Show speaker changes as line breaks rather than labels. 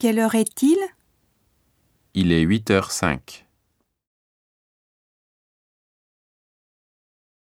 Quelle heure est-il
Il est 8 h 05